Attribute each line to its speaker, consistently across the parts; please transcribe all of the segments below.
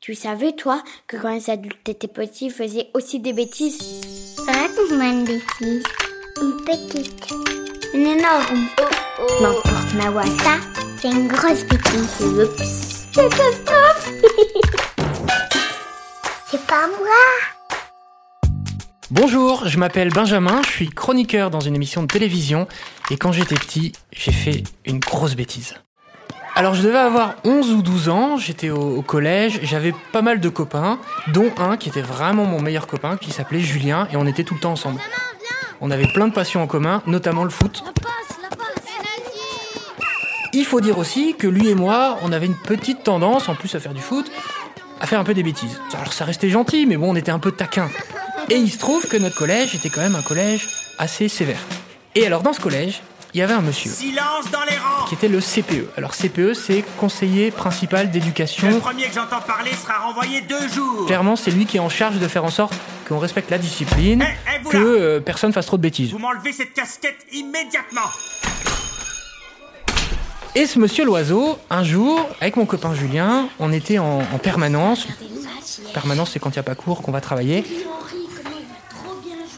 Speaker 1: Tu savais, toi, que quand les adultes étaient petits, ils faisaient aussi des bêtises
Speaker 2: Raconte-moi une bêtise. Une petite. Une énorme.
Speaker 1: Oh, N'importe ma voix.
Speaker 2: Ça, c'est une grosse bêtise.
Speaker 1: Oups.
Speaker 2: Catastrophe C'est pas moi
Speaker 3: Bonjour, je m'appelle Benjamin, je suis chroniqueur dans une émission de télévision et quand j'étais petit, j'ai fait une grosse bêtise. Alors je devais avoir 11 ou 12 ans, j'étais au, au collège, j'avais pas mal de copains, dont un qui était vraiment mon meilleur copain qui s'appelait Julien et on était tout le temps ensemble. On avait plein de passions en commun, notamment le foot. Il faut dire aussi que lui et moi, on avait une petite tendance, en plus à faire du foot, à faire un peu des bêtises. Alors ça restait gentil, mais bon, on était un peu taquin. Et il se trouve que notre collège était quand même un collège assez sévère. Et alors dans ce collège, il y avait un monsieur
Speaker 4: Silence dans les rangs
Speaker 3: qui était le CPE. Alors CPE, c'est conseiller principal
Speaker 4: Le
Speaker 3: d'éducation.
Speaker 4: premier que j'entends parler sera renvoyé deux jours
Speaker 3: Clairement, c'est lui qui est en charge de faire en sorte qu'on respecte la discipline,
Speaker 4: Eh, eh, vous
Speaker 3: que
Speaker 4: là
Speaker 3: euh, personne fasse trop de bêtises.
Speaker 4: Vous m'enlevez cette casquette immédiatement
Speaker 3: Et ce monsieur Loiseau, un jour, avec mon copain Julien, on était en, en permanence. Permanence, c'est quand il n'y a pas cours qu'on va travailler.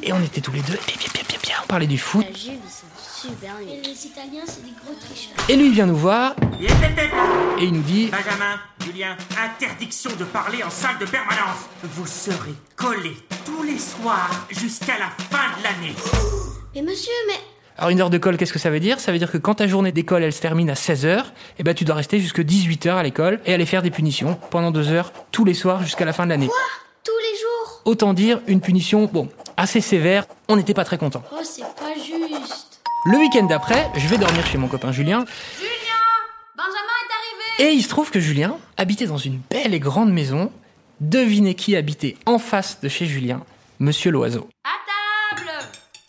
Speaker 3: Et on était tous les deux, bien, bien, bien, bien, bien, on parlait du foot. Et lui, il vient nous voir
Speaker 4: Il est tête
Speaker 3: et il nous dit
Speaker 4: Benjamin, Julien, interdiction de parler en salle de permanence Vous serez collés tous les soirs jusqu'à la fin de l'année
Speaker 5: Mais monsieur, mais.
Speaker 3: Alors une heure de colle, qu'est-ce que ça veut dire Ça veut dire que quand ta journée d'école, elle se termine à 16h, eh ben, tu dois rester jusque 18h à l'école et aller faire des punitions pendant deux heures tous les soirs jusqu'à la fin de l'année.
Speaker 5: Tous les jours
Speaker 3: Autant dire une punition, bon, assez sévère, on n'était pas très contents.
Speaker 5: Oh, c'est pas juste
Speaker 3: Le week-end d'après, je vais dormir chez mon copain Julien
Speaker 5: Benjamin est arrivé
Speaker 3: et il se trouve que Julien habitait dans une belle et grande maison. Devinez qui habitait en face de chez Julien Monsieur Loiseau.
Speaker 5: À table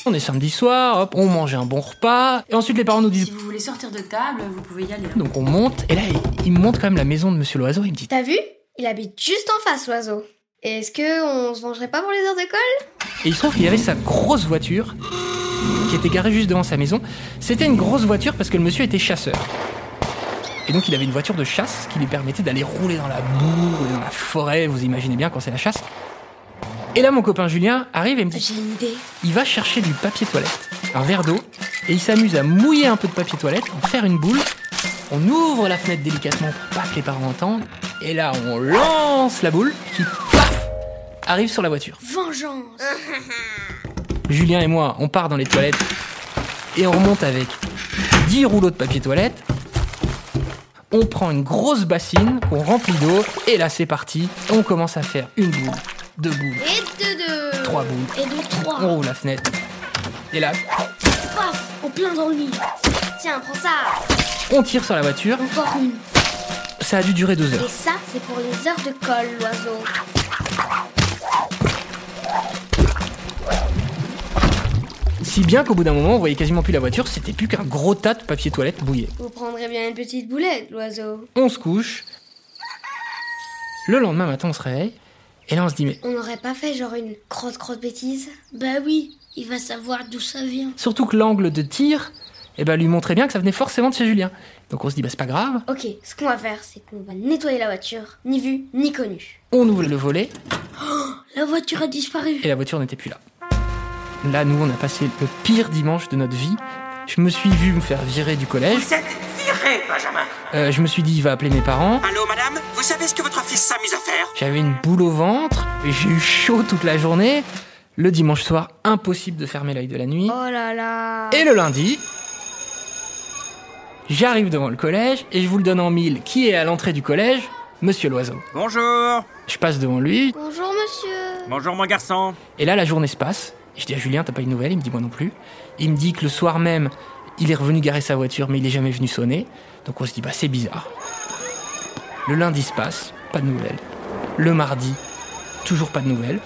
Speaker 3: On est samedi soir, hop, on mange un bon repas, et ensuite les parents nous disent
Speaker 6: Si vous voulez sortir de table, vous pouvez y aller. hein.
Speaker 3: Donc on monte, et là, il- il me montre quand même la maison de Monsieur Loiseau, il me dit
Speaker 5: T'as vu Il habite juste en face, l'oiseau. Et Est-ce que on se vengerait pas pour les heures d'école
Speaker 3: Et il se trouve qu'il y avait sa grosse voiture qui était garée juste devant sa maison. C'était une grosse voiture parce que le monsieur était chasseur. Et donc il avait une voiture de chasse qui lui permettait d'aller rouler dans la boue, rouler dans la forêt, vous imaginez bien quand c'est la chasse. Et là mon copain Julien arrive et me dit
Speaker 5: J'ai une idée.
Speaker 3: il va chercher du papier toilette, un verre d'eau, et il s'amuse à mouiller un peu de papier toilette, en faire une boule. On ouvre la fenêtre délicatement pour pas que les parents entendent, et là on lance la boule qui paf arrive sur la voiture.
Speaker 5: Vengeance
Speaker 3: Julien et moi, on part dans les toilettes et on remonte avec 10 rouleaux de papier toilette. On prend une grosse bassine qu'on remplit d'eau et là c'est parti. On commence à faire une boule, deux boules,
Speaker 5: Et de deux
Speaker 3: trois boules.
Speaker 5: Et de trois
Speaker 3: On roule la fenêtre. Et là,
Speaker 5: Paf En plein dans le lit Tiens, prends ça
Speaker 3: on tire sur la voiture.
Speaker 5: Encore une
Speaker 3: Ça a dû durer deux
Speaker 1: Et
Speaker 3: heures.
Speaker 1: ça, c'est pour les heures de colle, l'oiseau.
Speaker 3: Si bien qu'au bout d'un moment, on voyait quasiment plus la voiture. C'était plus qu'un gros tas de papier toilette bouillé.
Speaker 5: Vous prendrez bien une petite boulette, l'oiseau.
Speaker 3: On se couche. Le lendemain matin, on se réveille. Et là, on se dit mais
Speaker 5: On n'aurait pas fait genre une grosse grosse bêtise
Speaker 1: Bah oui, il va savoir d'où ça vient.
Speaker 3: Surtout que l'angle de tir eh ben, lui montrait bien que ça venait forcément de chez Julien. Donc on se dit, bah, c'est pas grave,
Speaker 5: Ok, ce qu'on va faire, c'est qu'on va nettoyer la voiture, ni vu, ni connu.
Speaker 3: on ouvre le volet
Speaker 1: La voiture a disparu.
Speaker 3: et la voiture n'était plus là. Là, nous, on a passé le pire dimanche de notre vie. Je me suis vu me faire virer du collège.
Speaker 4: Vous êtes viré, Benjamin
Speaker 3: Euh, je me suis dit, il va appeler mes parents.
Speaker 4: Allô, madame Vous savez ce que votre fils s'amuse à faire
Speaker 3: J'avais une boule au ventre. et J'ai eu chaud toute la journée. Le dimanche soir, impossible de fermer l'œil de la nuit.
Speaker 5: Oh là là
Speaker 3: Et le lundi, j'arrive devant le collège et je vous le donne en mille. Qui est à l'entrée du collège Monsieur Loiseau.
Speaker 4: Bonjour
Speaker 3: Je passe devant lui,
Speaker 5: Bonjour monsieur
Speaker 4: Bonjour, mon garçon
Speaker 3: Et là, la journée se passe. Je dis à Julien, t'as pas une nouvelle Il me dit, moi non plus. Il me dit que le soir même, il est revenu garer sa voiture, mais il est jamais venu sonner. Donc on se dit, bah c'est bizarre. Le lundi se passe, pas de nouvelles. Le mardi, toujours pas de nouvelles.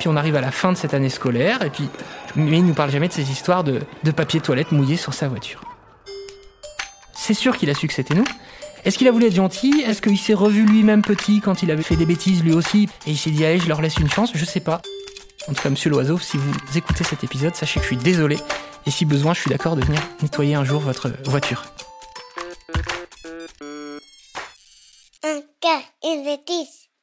Speaker 3: Puis on arrive à la fin de cette année scolaire, et puis. Mais il nous parle jamais de ces histoires de, de papier toilette mouillé sur sa voiture. C'est sûr qu'il a su que c'était nous. Est-ce qu'il a voulu être gentil Est-ce qu'il s'est revu lui-même petit quand il avait fait des bêtises lui aussi Et il s'est dit, allez, je leur laisse une chance Je sais pas. En tout cas, monsieur l'oiseau, si vous écoutez cet épisode, sachez que je suis désolé. Et si besoin, je suis d'accord de venir nettoyer un jour votre voiture.
Speaker 2: Un car une bêtise.